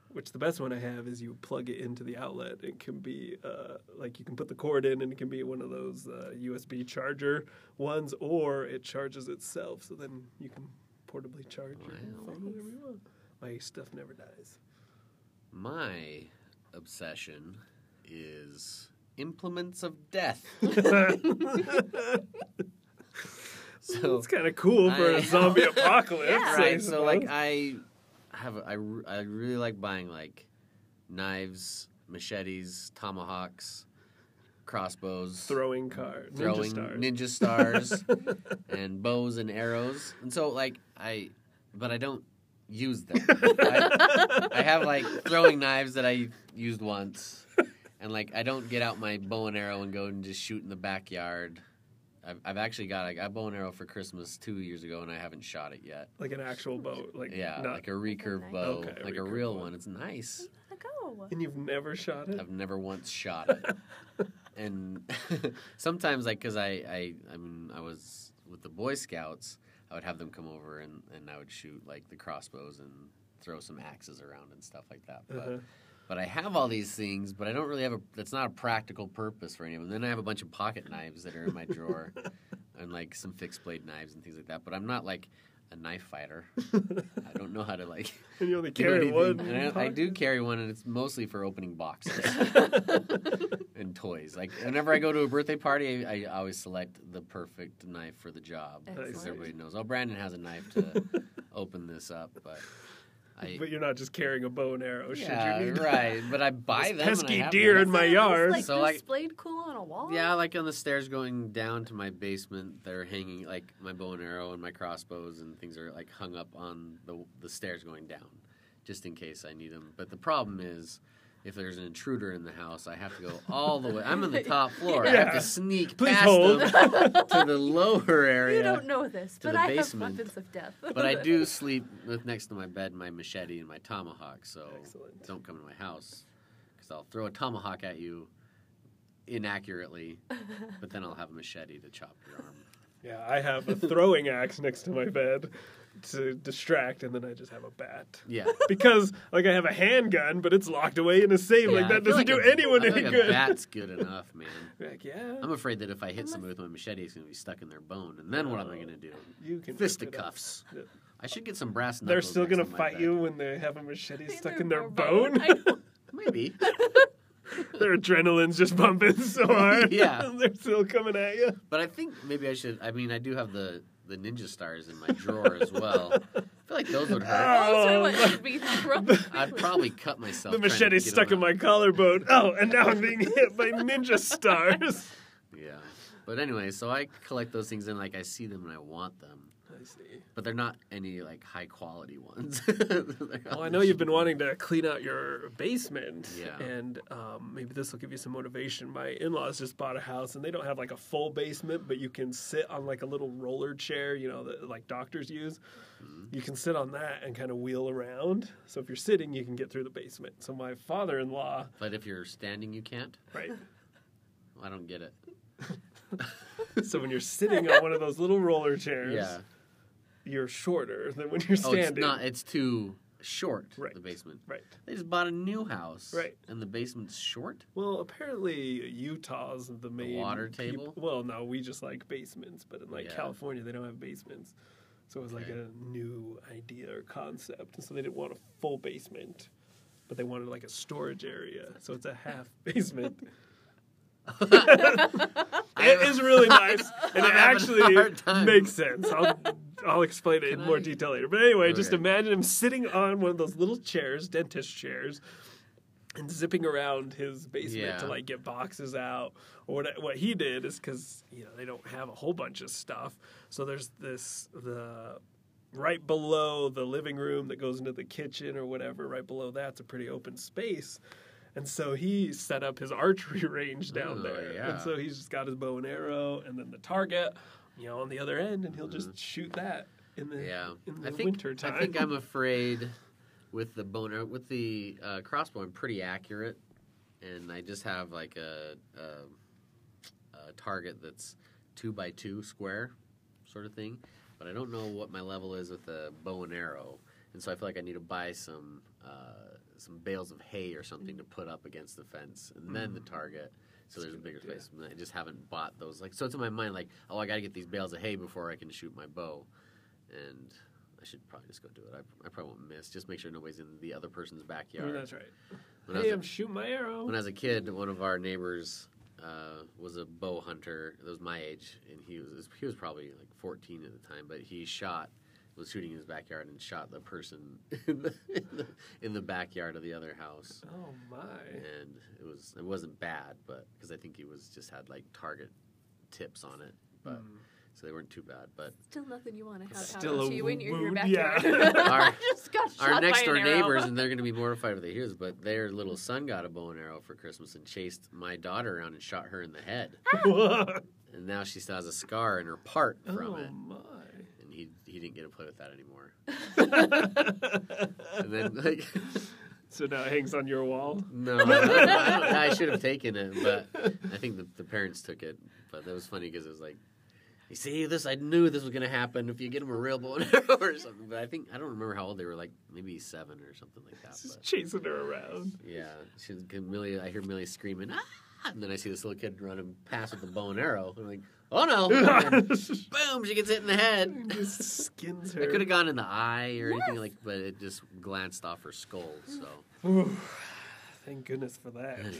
Speaker 1: Which the best one I have is you plug it into the outlet. It can be uh, like you can put the cord in, and it can be one of those uh, USB charger ones, or it charges itself. So then you can portably charge your
Speaker 2: Wow.
Speaker 1: phone whenever you want. My stuff never dies.
Speaker 2: My obsession is implements of death. so
Speaker 1: It's kind of cool for
Speaker 2: Oh. I-
Speaker 1: a zombie apocalypse. I
Speaker 2: right, so like
Speaker 1: suppose.
Speaker 2: I have a- I re- I really like buying like knives, machetes, tomahawks, crossbows,
Speaker 1: Throwing cards.
Speaker 2: throwing
Speaker 1: Ninja
Speaker 2: ninja
Speaker 1: stars.
Speaker 2: stars, and bows and arrows. And so, like, I, but I don't use them. I, I have like throwing knives that I used once, and like I don't get out my bow and arrow and go and just shoot in the backyard. I've, I've actually got like, a bow and arrow for Christmas two years ago, and I haven't shot it yet.
Speaker 1: like an actual boat. Like
Speaker 2: Yeah,
Speaker 1: not-
Speaker 2: like a recurve
Speaker 3: nice.
Speaker 2: bow,
Speaker 1: Okay, a
Speaker 2: like a
Speaker 1: recurve
Speaker 2: real
Speaker 1: bow.
Speaker 2: one. It's nice.
Speaker 3: Let go.
Speaker 1: and you've never shot it.
Speaker 2: I've never once shot it. and sometimes, like, because I, I, I mean, I was with the Boy Scouts, I would have them come over and, and I would shoot, like, the crossbows and throw some axes around and stuff like that. But,
Speaker 1: Uh-huh.
Speaker 2: but I have all these things, but I don't really have a, that's not a practical purpose for any of them. Then I have a bunch of pocket knives that are in my drawer and, like, some fixed blade knives and things like that. But I'm not, like, a knife fighter. I don't know how to, like,
Speaker 1: And you only
Speaker 2: do
Speaker 1: carry
Speaker 2: anything.
Speaker 1: one. in your
Speaker 2: And I, I do
Speaker 1: pocket?
Speaker 2: carry one, and it's mostly for opening boxes and toys. Like whenever I go to a birthday party, I, I always select the perfect knife for the job because
Speaker 3: Excellent.
Speaker 2: everybody knows. Oh, Brandon has a knife to open this up, but I.
Speaker 1: But you're not just carrying a bow and arrow.
Speaker 2: yeah,
Speaker 1: should you need
Speaker 2: right. But I buy
Speaker 1: This
Speaker 2: them. and I
Speaker 1: pesky
Speaker 2: have
Speaker 1: deer
Speaker 2: them.
Speaker 1: in my
Speaker 3: It's
Speaker 1: yard.
Speaker 3: Like
Speaker 2: So, like-
Speaker 3: displayed cool on a wall.
Speaker 2: Yeah, like on the stairs going down to my basement, they're hanging like my bow and arrow and my crossbows and things are like hung up on the the stairs going down, just in case I need them. But the problem is, if there's an intruder in the house, I have to go all the way. I'm on the top floor. I have
Speaker 1: Yeah.
Speaker 2: to sneak
Speaker 1: Please
Speaker 2: past
Speaker 1: hold.
Speaker 2: them to the lower area.
Speaker 3: You don't know this,
Speaker 2: to
Speaker 3: but
Speaker 2: the
Speaker 3: I have
Speaker 2: basement.
Speaker 3: weapons of death.
Speaker 2: But I do sleep with next to my bed my machete and my tomahawk. So
Speaker 1: Excellent.
Speaker 2: don't come to my house because I'll throw a tomahawk at you inaccurately, but then I'll have a machete to chop your arm.
Speaker 1: Yeah, I have a throwing axe next to my bed to distract, and then I just have a bat.
Speaker 2: Yeah.
Speaker 1: Because like I have a handgun, but it's locked away in a safe.
Speaker 2: Yeah,
Speaker 1: like
Speaker 2: I
Speaker 1: that
Speaker 2: feel
Speaker 1: doesn't
Speaker 2: like
Speaker 1: do
Speaker 2: a-
Speaker 1: anyone
Speaker 2: I feel
Speaker 1: any
Speaker 2: like
Speaker 1: good.
Speaker 2: A bat's good enough, man.
Speaker 1: Like, yeah,
Speaker 2: I'm afraid that if I hit
Speaker 3: Unless-
Speaker 2: somebody with my machete, it's going to be stuck in their bone, and then what am
Speaker 1: Oh.
Speaker 2: I going to do?
Speaker 1: you can rip it up.
Speaker 2: Fisticuffs. I should get some brass knuckles.
Speaker 1: They're still
Speaker 2: next
Speaker 1: gonna
Speaker 2: to my
Speaker 1: fight
Speaker 2: bed.
Speaker 1: you when they have a machete
Speaker 3: In
Speaker 1: stuck
Speaker 3: their
Speaker 1: in their
Speaker 3: bone.
Speaker 1: bone.
Speaker 3: I know.
Speaker 2: Maybe.
Speaker 1: their adrenaline's just pumping so hard.
Speaker 2: Yeah.
Speaker 1: they're still coming at you.
Speaker 2: But I think maybe I should. I mean, I do have the the ninja stars in my drawer as well. I feel like those would hurt.
Speaker 3: Those are what
Speaker 1: Oh.
Speaker 3: should be thrown.
Speaker 2: I'd probably cut myself.
Speaker 1: Ah! The
Speaker 2: trying to
Speaker 1: machete's
Speaker 2: get
Speaker 1: stuck in
Speaker 2: them
Speaker 1: my
Speaker 2: out.
Speaker 1: collarbone. Oh, and now I'm being hit by ninja stars.
Speaker 2: Yeah. But anyway, so I collect those things and like I see them and I want them,
Speaker 1: I see.
Speaker 2: but they're not any like high quality ones.
Speaker 1: Well, Oh, I know you've been wanting to clean out your basement,
Speaker 2: Yeah.
Speaker 1: and um, maybe this will give you some motivation. My in-laws just bought a house, and they don't have like a full basement, but you can sit on like a little roller chair, you know, that like doctors use.
Speaker 2: Mm-hmm.
Speaker 1: You can sit on that and kind of wheel around. So if you're sitting, you can get through the basement. So my father-in-law,
Speaker 2: But if you're standing, you can't.
Speaker 1: right?
Speaker 2: I don't get it.
Speaker 1: so when you're sitting on one of those little roller chairs,
Speaker 2: Yeah.
Speaker 1: you're shorter than when you're
Speaker 2: Oh,
Speaker 1: standing.
Speaker 2: it's not. It's too short.
Speaker 1: Right.
Speaker 2: The basement.
Speaker 1: Right.
Speaker 2: They just bought a new house.
Speaker 1: Right.
Speaker 2: And the basement's short.
Speaker 1: Well, apparently Utah's the main
Speaker 2: water
Speaker 1: peop-
Speaker 2: table?
Speaker 1: Well, no, we just like basements, but in like
Speaker 2: Yeah.
Speaker 1: California, they don't have basements, so it was like
Speaker 2: Okay.
Speaker 1: a new idea or concept, and so they didn't want a full basement, but they wanted like a storage area, so it's a half basement. it is really nice, and it
Speaker 2: I'm having a
Speaker 1: actually
Speaker 2: hard time.
Speaker 1: makes sense. I'll, I'll explain it in
Speaker 2: Can
Speaker 1: more
Speaker 2: I-
Speaker 1: detail later. But anyway, just
Speaker 2: Okay.
Speaker 1: imagine him sitting on one of those little chairs, dentist chairs, and zipping around his basement to
Speaker 2: Yeah.
Speaker 1: like get boxes out. Or what, what he did is because you know they don't have a whole bunch of stuff, so there's this the right below the living room that goes into the kitchen or whatever. Right below that's a pretty open space. And so he set up his archery range down
Speaker 2: Oh,
Speaker 1: there.
Speaker 2: yeah.
Speaker 1: And so he's just got his bow and arrow and then the target, you know, on the other end, and he'll just shoot that in the,
Speaker 2: Mm-hmm. Yeah.
Speaker 1: in the
Speaker 2: I think.
Speaker 1: winter time.
Speaker 2: I think I'm afraid with the boner with the uh, crossbow. I'm pretty accurate, and I just have like a, a, a target that's two by two square, sort of thing. But I don't know what my level is with a bow and arrow, and so I feel like I need to buy some uh, some bales of hay or something to put up against the fence, and then
Speaker 1: Mm.
Speaker 2: the target. So
Speaker 1: That's
Speaker 2: there's a
Speaker 1: a
Speaker 2: bigger
Speaker 1: good idea.
Speaker 2: space. I just haven't bought those. Like so, it's in my mind like, oh, I got to get these bales of hay before I can shoot my bow, and I should probably just go do it. I, I probably won't miss. Just make sure nobody's in the other person's
Speaker 1: I mean,
Speaker 2: backyard.
Speaker 1: that's right.
Speaker 2: When I
Speaker 1: hey,
Speaker 2: was a-
Speaker 1: I'm shooting my arrow.
Speaker 2: when I was a kid, one of our neighbors uh, was a bow hunter. That was my age, and he was he was probably like 14 at the time, but he shot was shooting in his backyard and shot the person in the, in the, in the backyard of the other house.
Speaker 1: Oh my.
Speaker 2: And it was it wasn't bad, but because I think he was just had like target tips on it, but
Speaker 1: Mm.
Speaker 2: so they weren't too bad. But
Speaker 3: Still nothing you want to have
Speaker 1: Still
Speaker 3: happen
Speaker 1: a
Speaker 3: to you when you're in your
Speaker 1: wound, yeah.
Speaker 3: backyard.
Speaker 2: Our-
Speaker 3: I just got shot
Speaker 2: our next
Speaker 3: by
Speaker 2: door
Speaker 3: an arrow.
Speaker 2: neighbors, and they're going to be mortified when they hear this. But their little son got a bow and arrow for Christmas and chased my daughter around and shot her in the head. And now she still has a scar in her part from
Speaker 1: oh
Speaker 2: it.
Speaker 1: my.
Speaker 2: And he he didn't get to play with that anymore. And then like,
Speaker 1: so now it hangs on your wall.
Speaker 2: no, I, don't- I don't- I should have taken it, but I think the, the parents took it. But that was funny because it was like. You see this? I knew this was gonna happen. If you get them a real bow and arrow or something, but I think I don't remember how old they were. Like maybe seven or something like that. But.
Speaker 1: Just chasing her around.
Speaker 2: Yeah, she's good. Millie, I hear Millie screaming, ah! and then I see this little kid running past with the bow and arrow. I'm like, oh no! And boom! She gets hit in the head.
Speaker 1: just skins her.
Speaker 2: It could have gone in the eye or anything like, but it just glanced off her skull. So
Speaker 1: Thank goodness for that.
Speaker 2: anyway,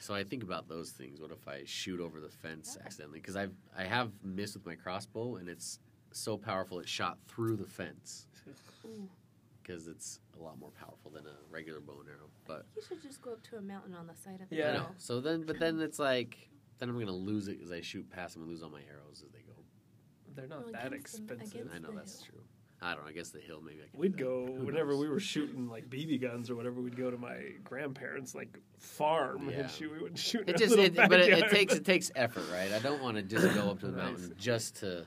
Speaker 2: so I think about those things. What if I shoot over the fence accidentally? Because I've I have missed with my crossbow, and it's so powerful it shot through the fence.
Speaker 3: Ooh.
Speaker 2: Because it's a lot more powerful than a regular bow and arrow, but
Speaker 3: You should just go up to a mountain on the side of the
Speaker 1: Yeah.
Speaker 2: I
Speaker 3: hill.
Speaker 2: know. So then, but then it's like, then I'm gonna lose it because I shoot past them and lose all my arrows as they go.
Speaker 1: They're not
Speaker 3: Well,
Speaker 1: that
Speaker 3: against them-
Speaker 1: expensive.
Speaker 3: against-
Speaker 2: I know
Speaker 3: the
Speaker 2: that's true. I don't know. I guess the hill maybe I could.
Speaker 1: We'd
Speaker 2: do
Speaker 1: go
Speaker 2: that. Who
Speaker 1: whenever
Speaker 2: knows?
Speaker 1: we were shooting like BB guns or whatever. We'd go to my grandparents' like farm
Speaker 2: Yeah.
Speaker 1: and shoot. We would shoot. in
Speaker 2: It
Speaker 1: our
Speaker 2: just,
Speaker 1: little
Speaker 2: it, but it, it
Speaker 1: backyard.
Speaker 2: takes it takes effort, right? I don't want to just go up to the
Speaker 1: Nice.
Speaker 2: mountain just to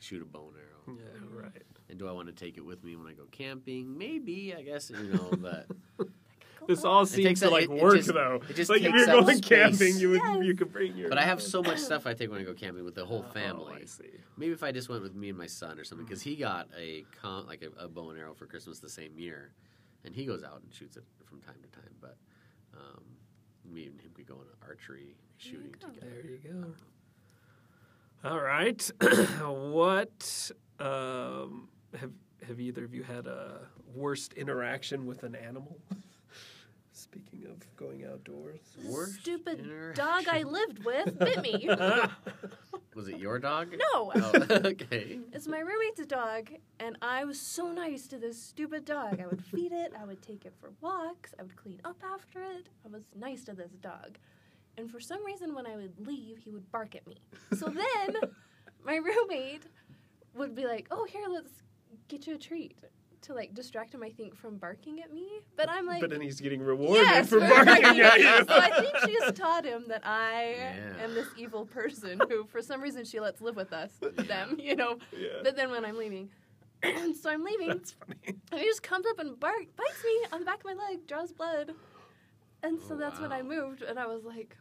Speaker 2: shoot a bow and
Speaker 1: Yeah,
Speaker 2: arrow.
Speaker 1: right.
Speaker 2: And do I want to take it with me when I go camping? Maybe I guess you know, but
Speaker 3: Go
Speaker 1: This
Speaker 3: up.
Speaker 1: all
Speaker 2: takes
Speaker 1: seems to
Speaker 2: up-
Speaker 1: like
Speaker 2: it- it
Speaker 1: work
Speaker 2: just-
Speaker 1: though.
Speaker 2: it just
Speaker 1: like if
Speaker 2: takes
Speaker 1: you're
Speaker 2: up
Speaker 1: going
Speaker 2: space.
Speaker 1: camping, you would
Speaker 3: Yes.
Speaker 1: you could bring your.
Speaker 2: but I have so much stuff I take when I go camping with the whole
Speaker 1: Oh,
Speaker 2: family.
Speaker 1: I see.
Speaker 2: Maybe if I just went with me and my son or something, because
Speaker 3: Mm-hmm.
Speaker 2: he got a con- like a, a bow and arrow for Christmas the same year, and he goes out and shoots it from time to time. But um, me and him could go on an archery
Speaker 3: you
Speaker 2: shooting
Speaker 3: go.
Speaker 2: together.
Speaker 1: There you go. All right. what um, have have either of you had a worst interaction with an animal? Speaking of going outdoors.
Speaker 3: This
Speaker 2: Worst
Speaker 3: stupid
Speaker 2: interaction.
Speaker 3: dog I lived with bit me.
Speaker 2: Was it your dog?
Speaker 3: No.
Speaker 2: Oh, okay.
Speaker 3: It's my roommate's dog, and I was so nice to this stupid dog. I would feed it, I would take it for walks, I would clean up after it. I was nice to this dog. And for some reason, when I would leave, he would bark at me. So then my roommate would be like, Oh, here, let's get you a treat to like distract him, I think, from barking at me. But I'm like,
Speaker 1: but then he's getting rewarded for
Speaker 3: we're right.
Speaker 1: barking at you.
Speaker 3: So I think she has taught him that I
Speaker 2: Yeah.
Speaker 3: am this evil person who, for some reason, she lets live with us,
Speaker 2: Yeah.
Speaker 3: them, you know.
Speaker 1: yeah.
Speaker 3: But then when I'm leaving, so I'm leaving,
Speaker 1: That's funny.
Speaker 3: and he just comes up and bark, bites me on the back of my leg, draws blood, and so
Speaker 2: Oh,
Speaker 3: that's when I
Speaker 2: wow.
Speaker 3: moved, and I was like,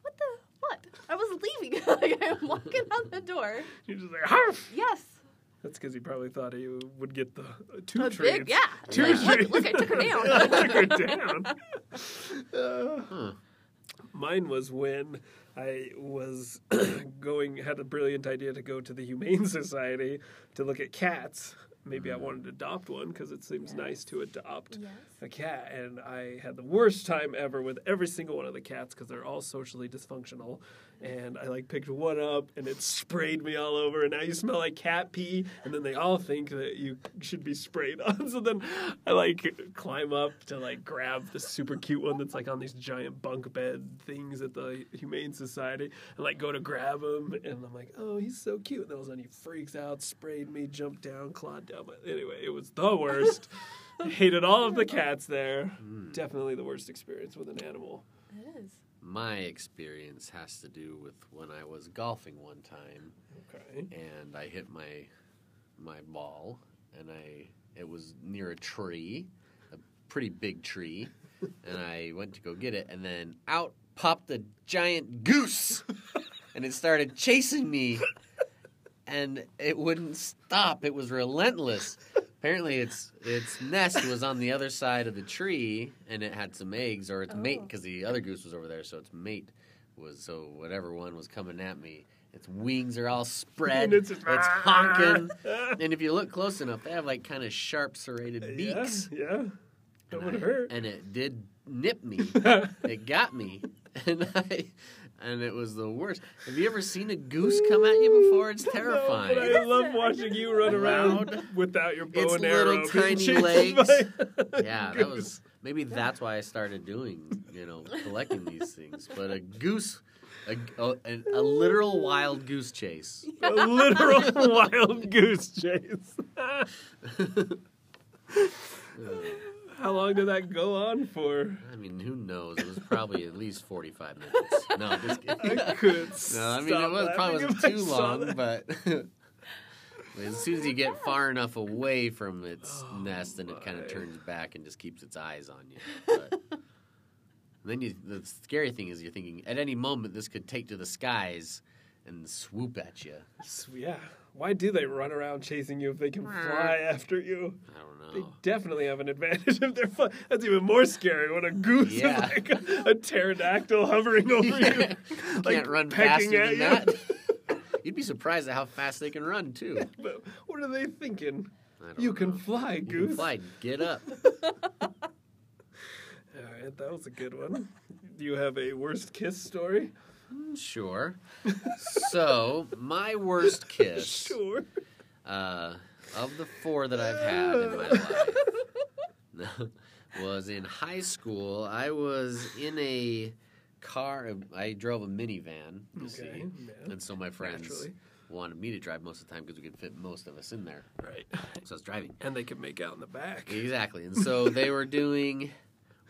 Speaker 3: "What the what?" I was leaving, like I'm walking out the door.
Speaker 1: You're just like, Harf!
Speaker 3: Yes,
Speaker 1: That's because he probably thought he would get the uh, two
Speaker 3: a
Speaker 1: treats.
Speaker 3: big yeah.
Speaker 1: Two
Speaker 3: Like,
Speaker 1: trees.
Speaker 3: look, look, I took her down.
Speaker 1: I took her down. Uh,
Speaker 2: Huh.
Speaker 1: Mine was when I was going, had a brilliant idea to go to the Humane Society to look at cats. Maybe I wanted to adopt one because it seems nice to adopt
Speaker 3: Yes.
Speaker 1: a cat. And I had the worst time ever with every single one of the cats because they're all socially dysfunctional. And I like picked one up and it sprayed me all over. And now you smell like cat pee. And then they all think that you should be sprayed on. So then I like climb up to like grab the super cute one that's like on these giant bunk bed things at the Humane Society and like go to grab him. And I'm like, oh, he's so cute. And all of a sudden he freaks out, sprayed me, jumped down, clawed down. But anyway, it was the worst. I hated all of the cats there.
Speaker 2: Mm.
Speaker 1: Definitely the worst experience with an animal.
Speaker 3: It is.
Speaker 2: My experience has to do with when I was golfing one time,
Speaker 1: Okay.
Speaker 2: and I hit my my ball, and I it was near a tree, a pretty big tree, and I went to go get it, and then out popped a giant goose, and it started chasing me, and it wouldn't stop. It was relentless. Apparently, its its nest was on the other side of the tree, and it had some eggs, or its mate,
Speaker 3: Oh.
Speaker 2: because the other goose was over there, so its mate was so whatever one was coming at me. Its wings are all spread.
Speaker 1: And it's
Speaker 2: It's,
Speaker 1: just-
Speaker 2: honking. and if you look close enough, they have like kind of sharp serrated beaks.
Speaker 1: Yeah. yeah. That
Speaker 2: And
Speaker 1: would
Speaker 2: I-
Speaker 1: hurt.
Speaker 2: And it did nip me. it got me. And I and it was the worst. Have you ever seen a goose come at you before? It's terrifying.
Speaker 1: No, but I love
Speaker 3: Isn't it?
Speaker 1: watching you run
Speaker 2: Loud.
Speaker 1: around without your bow
Speaker 2: It's
Speaker 1: and
Speaker 2: little
Speaker 1: arrow. being
Speaker 2: tiny
Speaker 1: chased
Speaker 2: legs.
Speaker 1: by-
Speaker 2: yeah, that was maybe that's why I started doing, you know, collecting these things. But a goose, a, a, a, a literal wild goose chase.
Speaker 1: a literal wild goose chase. How long did that go on for?
Speaker 2: I mean, who knows? It was probably at least forty-five minutes. No, I'm just
Speaker 1: I
Speaker 2: kidding.
Speaker 1: couldn't.
Speaker 2: No, I mean
Speaker 1: stop
Speaker 2: it was probably
Speaker 1: laughing
Speaker 2: wasn't
Speaker 1: if I
Speaker 2: too
Speaker 1: saw
Speaker 2: long,
Speaker 1: that.
Speaker 2: but as soon as you get far enough away from its
Speaker 1: Oh,
Speaker 2: nest, then it kind
Speaker 1: my.
Speaker 2: of turns back and just keeps its eyes on you. But and then you, the scary thing is you're thinking at any moment this could take to the skies and swoop at you.
Speaker 1: S- Yeah. Why do they run around chasing you if they can fly after you?
Speaker 2: I
Speaker 1: They
Speaker 2: don't know.
Speaker 1: definitely have an advantage if they're fly- That's even more scary when a goose
Speaker 2: Yeah.
Speaker 1: is like a, a pterodactyl hovering over you.
Speaker 2: You
Speaker 1: like
Speaker 2: can't run
Speaker 1: pecking
Speaker 2: faster
Speaker 1: at
Speaker 2: than
Speaker 1: you.
Speaker 2: that. You'd be surprised at how fast they can run too.
Speaker 1: But what are they thinking?
Speaker 2: I don't
Speaker 1: You can
Speaker 2: know.
Speaker 1: fly,
Speaker 2: You
Speaker 1: goose.
Speaker 2: can fly. Get up.
Speaker 1: All right, that was a good one. Do you have a worst kiss story?
Speaker 2: Sure. so my worst kiss
Speaker 1: Sure.
Speaker 2: uh, of the four that I've had in my life was in high school. I was in a car. I drove a minivan. You
Speaker 1: Okay.
Speaker 2: see. And so my friends
Speaker 1: Naturally.
Speaker 2: wanted me to drive most of the time because we could fit most of us in there.
Speaker 1: Right.
Speaker 2: So I was driving.
Speaker 1: And they can make out in the back.
Speaker 2: Exactly. And so they were doing.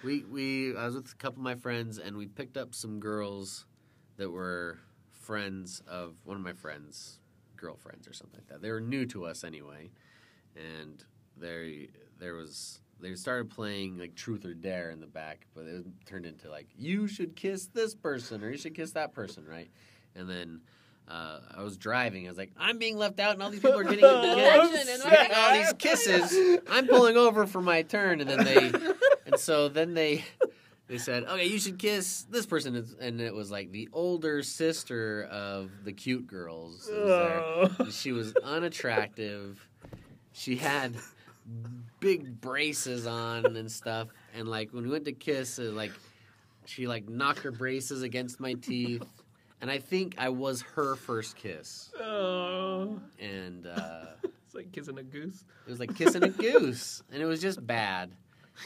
Speaker 2: We we I was with a couple of my friends and we picked up some girls that were friends of one of my friends' girlfriends or something like that. They were new to us anyway, and they there was they started playing like truth or dare in the back, but it turned into like you should kiss this person or you should kiss that person, right? And then. Uh, I was driving. I was like, I'm being left out, and all these people are getting
Speaker 1: Oh,
Speaker 3: I'm
Speaker 2: getting,
Speaker 3: sad.
Speaker 2: getting all these kisses. I'm pulling over for my turn, and then they, and so then they, they said, okay, you should kiss this person, and it was like the older sister of the cute girls. that was there.
Speaker 1: Oh.
Speaker 2: She was unattractive. She had big braces on and stuff. And like when we went to kiss, it, like she like knocked her braces against my teeth. And I think I was her first kiss.
Speaker 1: Oh.
Speaker 2: And uh,
Speaker 1: It's like kissing a goose.
Speaker 2: it was like kissing a goose, and it was just bad.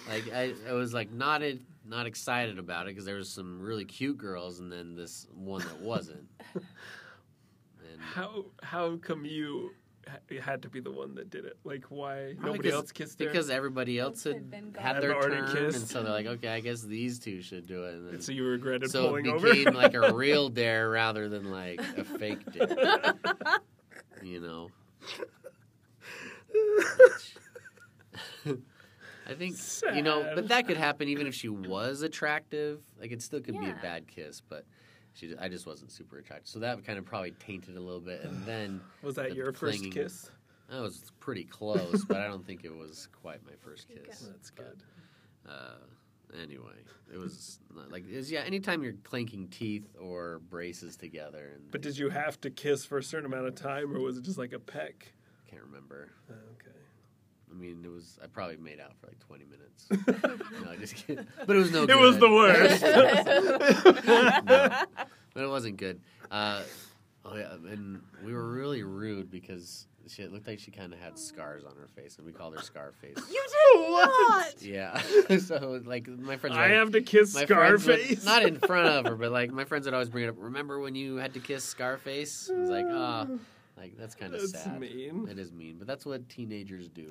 Speaker 2: Like I, I was like not e- not excited about it because there was some really cute girls, and then this one that wasn't. And
Speaker 1: How how come you ha- had to be the one that did it? Like why nobody
Speaker 2: because-
Speaker 1: else kissed their
Speaker 2: because everybody else
Speaker 3: Had
Speaker 2: had
Speaker 3: been gone.
Speaker 2: had
Speaker 1: Had
Speaker 2: their
Speaker 1: already
Speaker 2: turn,
Speaker 1: kissed.
Speaker 2: and so they're like, okay, I guess these two should do it. And then,
Speaker 1: so you regretted
Speaker 2: so it
Speaker 1: pulling
Speaker 2: became
Speaker 1: over.
Speaker 2: like a real dare rather than like a fake dare. you know. I think you know,
Speaker 1: Sad.
Speaker 2: but that could happen even if she was attractive. Like it still could be
Speaker 3: Yeah.
Speaker 2: a bad kiss, but she I just wasn't super attractive. So that kind of probably tainted a little bit and then
Speaker 1: Was that
Speaker 2: the
Speaker 1: your first
Speaker 2: clinging.
Speaker 1: kiss?
Speaker 2: I was pretty close, but I don't think it was quite my first
Speaker 3: Good
Speaker 2: kiss.
Speaker 1: That's good.
Speaker 2: Uh, anyway, it was not, like it was, yeah. Anytime you're clinking teeth or braces together, and
Speaker 1: But did you have to kiss for a certain amount of time, or was it just like a peck?
Speaker 2: I can't remember.
Speaker 1: Oh, Okay.
Speaker 2: I mean, it was. I probably made out for like 20 minutes. no, I just kidding. But it was no.
Speaker 1: It was the
Speaker 2: worst.
Speaker 3: That's
Speaker 2: but it wasn't good. Uh, oh yeah, and we were really rude because she it looked like she kind of had scars on her face, and we called her Scarface.
Speaker 3: You did
Speaker 1: What?
Speaker 3: not.
Speaker 2: yeah. so like my friends. were
Speaker 1: I
Speaker 2: like,
Speaker 1: have to kiss
Speaker 2: my friends would-
Speaker 1: Scarface.
Speaker 2: not in front of her, but like my friends would always bring it up. Remember when you had to kiss Scarface? It was like, ah, like that's kind of
Speaker 1: That's
Speaker 2: sad.
Speaker 1: mean.
Speaker 2: It is mean, but that's what teenagers do.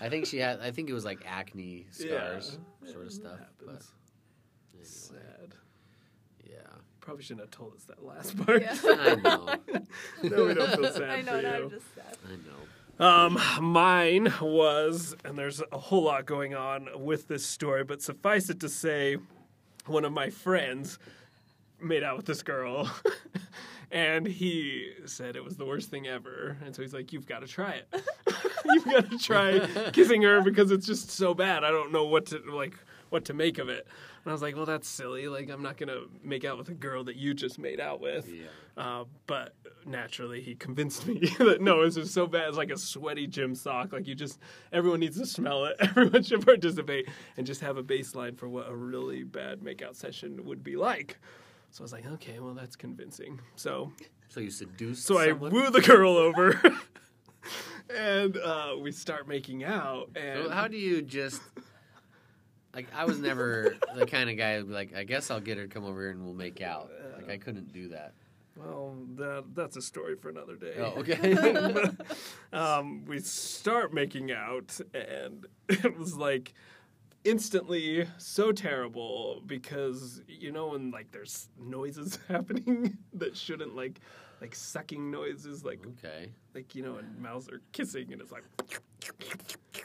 Speaker 2: I think she had. I think it was like acne scars, sort of stuff. But
Speaker 1: Happens.
Speaker 2: anyway,
Speaker 1: Sad.
Speaker 2: yeah,
Speaker 1: Probably shouldn't have told us that last part.
Speaker 3: Yeah.
Speaker 2: I know,
Speaker 1: no, we don't feel sad
Speaker 3: I know.
Speaker 1: for you.
Speaker 3: Now I'm just sad.
Speaker 2: I know.
Speaker 1: Um, mine was, and there's a whole lot going on with this story, but suffice it to say, one of my friends made out with this girl, and he said it was the worst thing ever. And so he's like, "You've got to try it. You've got to try kissing her because it's just so bad. I don't know what to like." What to make of it? And I was like, "Well, that's silly. Like, I'm not gonna make out with a girl that you just made out with."
Speaker 2: Yeah.
Speaker 1: Uh, but naturally, he convinced me that no, this is so bad. It's like a sweaty gym sock. Like you just, everyone needs to smell it. Everyone should participate and just have a baseline for what a really bad makeout session would be like. So I was like, okay, well that's convincing. So
Speaker 2: So you seduced.
Speaker 1: so I
Speaker 2: someone?
Speaker 1: woo the girl over, and uh, we start making out. And
Speaker 2: So how do you just like? I was never the kind of guy who'd be like, I guess I'll get her to come over here and we'll make out. Like I couldn't do that.
Speaker 1: well, that, that's a story for another day.
Speaker 2: Oh, okay.
Speaker 1: um, we start making out, and it was like instantly so terrible because you know when like there's noises happening that shouldn't like like sucking noises like
Speaker 2: okay.
Speaker 1: like you know and mouths are kissing and it's like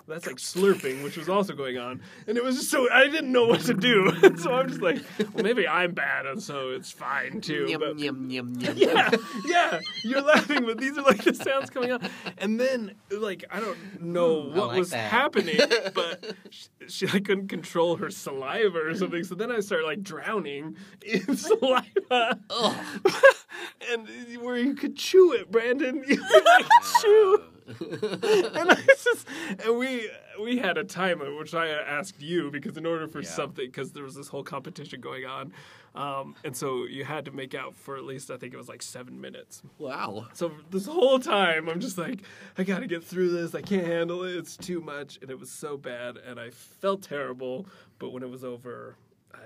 Speaker 1: that's like slurping which was also going on and it was just so i didn't know what to do so i'm just like well maybe i'm bad and so it's fine too but-
Speaker 2: Yum yum yum yum.
Speaker 1: yeah, yeah, you're laughing, but these are like the sounds coming out. And then, like, I don't know
Speaker 2: Hmm, I
Speaker 1: what
Speaker 2: like
Speaker 1: was
Speaker 2: that.
Speaker 1: happening, but she, she like couldn't control her saliva or something. So then I started like drowning in saliva,
Speaker 2: Ugh.
Speaker 1: and where you could chew it, Brandon, you could like chew. And I just, and we we had a timer, which I asked you because in order for
Speaker 2: Yeah.
Speaker 1: something, because there was this whole competition going on, um, and so you had to make out for at least I think it was like seven minutes.
Speaker 2: wow.
Speaker 1: So this whole time, I'm just like, I gotta get through this. I can't handle it. It's too much, and it was so bad, and I felt terrible. But when it was over, I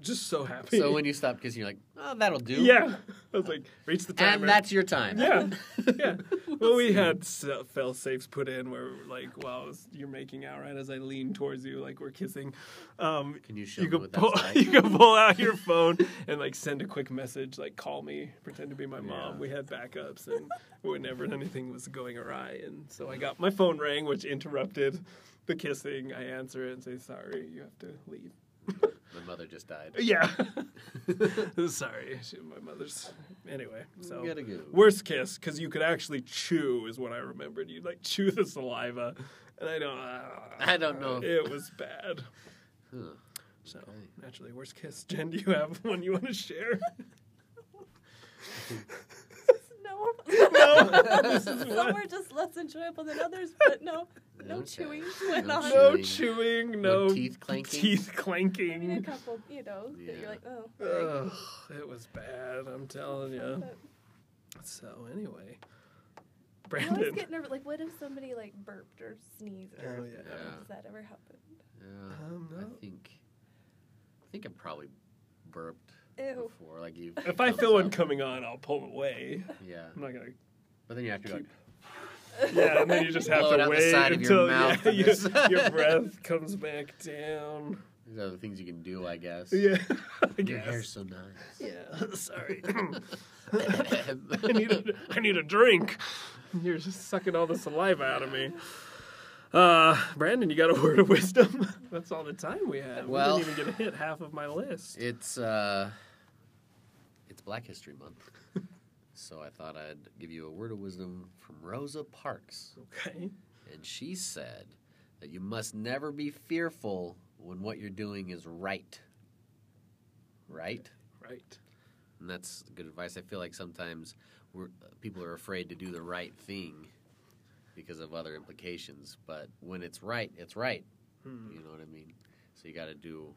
Speaker 1: just so happy.
Speaker 2: So when you stop kissing, you're like, oh, that'll do.
Speaker 1: yeah, I was like, reach the timer.
Speaker 2: And that's your time.
Speaker 1: yeah, yeah. Well, we had fail safes put in where like, while you're making out right as I lean towards you, like we're kissing. Um,
Speaker 2: Can you show
Speaker 1: you
Speaker 2: me
Speaker 1: can
Speaker 2: what
Speaker 1: pull,
Speaker 2: that's like?
Speaker 1: you can pull out your phone and like send a quick message, like call me, pretend to be my mom.
Speaker 2: Yeah.
Speaker 1: We had backups, and whenever anything was going awry, and so I got my phone rang, which interrupted the kissing. I answer it and say, "Sorry, you have to leave."
Speaker 2: My mother just died.
Speaker 1: Yeah, sorry, she- my mother's. Anyway, so
Speaker 2: You gotta go.
Speaker 1: worst kiss because you could actually chew is what I remembered. You like chew the saliva, and I don't.
Speaker 2: I don't know.
Speaker 1: It was bad.
Speaker 2: Huh.
Speaker 1: So naturally, worst kiss. Jen, do you have one you want to share?
Speaker 3: No.
Speaker 1: no, this is
Speaker 3: Some
Speaker 1: one.
Speaker 3: were just less enjoyable than others, but no, no
Speaker 2: Okay.
Speaker 3: chewing went
Speaker 2: No
Speaker 3: on.
Speaker 2: chewing.
Speaker 1: No chewing, no,
Speaker 2: No teeth clanking?
Speaker 1: teeth
Speaker 3: I mean, a
Speaker 1: clanking.
Speaker 3: couple, you know, that
Speaker 2: Yeah.
Speaker 3: you're like, oh.
Speaker 1: Ugh, it was bad. I'm telling you.
Speaker 3: But
Speaker 1: So anyway,
Speaker 3: I always
Speaker 1: Brandon.
Speaker 3: get nervous. Like, what if somebody like burped or sneezed? Or
Speaker 1: Oh, yeah.
Speaker 2: Yeah.
Speaker 3: Does that ever happen?
Speaker 2: Yeah,
Speaker 1: Um, no.
Speaker 2: I think I think I probably burped
Speaker 3: Ew.
Speaker 2: before. Like you.
Speaker 1: If I
Speaker 2: thumbs
Speaker 1: feel one
Speaker 2: up.
Speaker 1: coming on, I'll pull away.
Speaker 2: Yeah,
Speaker 1: I'm not gonna.
Speaker 2: but then you have to go. like,
Speaker 1: Yeah, and then you just have
Speaker 2: Blow it
Speaker 1: to
Speaker 2: out the
Speaker 1: wait
Speaker 2: side of your
Speaker 1: until
Speaker 2: mouth
Speaker 1: yeah,
Speaker 2: and
Speaker 1: you-
Speaker 2: just-
Speaker 1: your breath comes back down.
Speaker 2: These are the things you can do, I guess.
Speaker 1: Yeah, I
Speaker 2: Your hair's
Speaker 1: guess.
Speaker 2: so nice.
Speaker 1: Yeah, sorry. I need a, I need a drink. You're just sucking all the saliva out of me. Uh, Brandon, you got a word of wisdom? That's all the time we have.
Speaker 2: Well-
Speaker 1: we didn't even get to hit half of my list.
Speaker 2: it's uh, it's Black History Month, so I thought I'd give you a word of wisdom from Rosa Parks.
Speaker 1: Okay.
Speaker 2: and she said that you must never be fearful when what you're doing is right. Right?
Speaker 1: Right.
Speaker 2: And that's good advice. I feel like sometimes we're, people are afraid to do the right thing because of other implications, but when it's right, it's right.
Speaker 1: Hmm.
Speaker 2: You know what I mean? So you got to do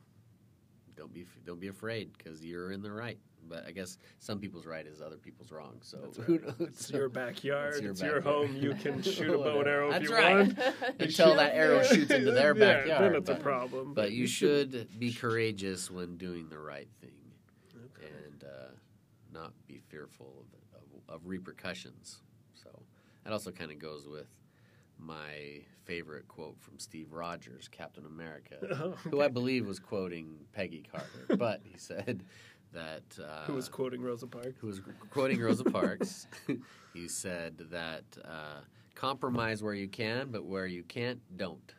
Speaker 2: don't be don't be afraid cuz you're in the right. But I guess some people's right is other people's wrong. So
Speaker 1: That's
Speaker 2: who
Speaker 1: right.
Speaker 2: knows?
Speaker 1: It's your backyard.
Speaker 2: It's your
Speaker 1: It's your,
Speaker 2: backyard.
Speaker 1: home. You can shoot a bow and
Speaker 2: Whatever.
Speaker 1: arrow if
Speaker 2: That's
Speaker 1: you
Speaker 2: right.
Speaker 1: want.
Speaker 2: Until that arrow shoots into their
Speaker 1: Yeah,
Speaker 2: backyard.
Speaker 1: Then it's a
Speaker 2: but-
Speaker 1: problem.
Speaker 2: But you should be courageous when doing the right thing
Speaker 1: Okay.
Speaker 2: and uh, not be fearful of, of, of repercussions. So that also kind of goes with my favorite quote from Steve Rogers, Captain America,
Speaker 1: Oh,
Speaker 2: who I believe was quoting Peggy Carter, but he said that. Uh,
Speaker 1: Who was quoting Rosa Parks?
Speaker 2: who was quoting Rosa Parks, he said that uh, compromise where you can, but where you can't, don't.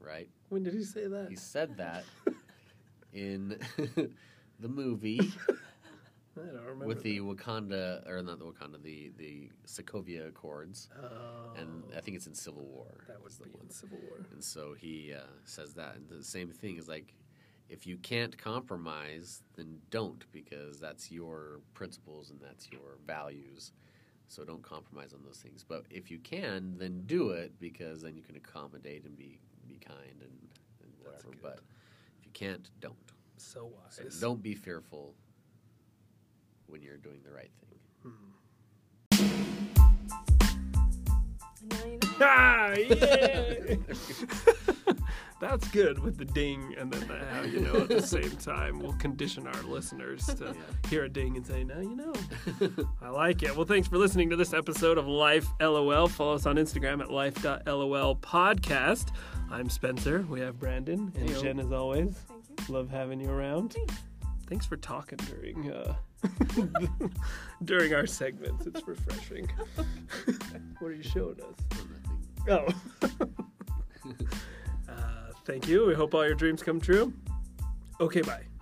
Speaker 2: Right?
Speaker 1: When did he say that?
Speaker 2: He said that in the movie
Speaker 1: I don't remember.
Speaker 2: with the Wakanda, or not the Wakanda, the, the Sokovia Accords.
Speaker 1: that. Oh,
Speaker 2: And I think it's in Civil War.
Speaker 1: that was
Speaker 2: is
Speaker 1: the
Speaker 2: the one.
Speaker 1: one. Civil War.
Speaker 2: And so he uh, says that. And the same thing is like, if you can't compromise, then don't, because that's your principles and that's your values. So don't compromise on those things. But if you can, then do it, because then you can accommodate and be, be kind and, and
Speaker 1: That's
Speaker 2: whatever.
Speaker 1: good.
Speaker 2: But if you can't, don't.
Speaker 1: So
Speaker 2: So
Speaker 1: wise.
Speaker 2: don't be fearful when you're doing the right thing.
Speaker 3: Nine.
Speaker 1: Ah, yeah. That's good with the ding and then the how you know at the same time. We'll condition our listeners to hear a ding and say, now you know. I like it. Well, thanks for listening to this episode of Life LOL. Follow us on Instagram at life.lol podcast. I'm Spencer. We have Brandon and
Speaker 2: Heyo.
Speaker 1: Jen as always.
Speaker 3: Thank you.
Speaker 1: Love having you around.
Speaker 3: Thanks.
Speaker 1: Thanks for talking during uh, during our segments. It's refreshing. what are you showing us?
Speaker 2: Oh, nothing.
Speaker 1: Oh. uh, thank you. We hope all your dreams come true. Okay, bye.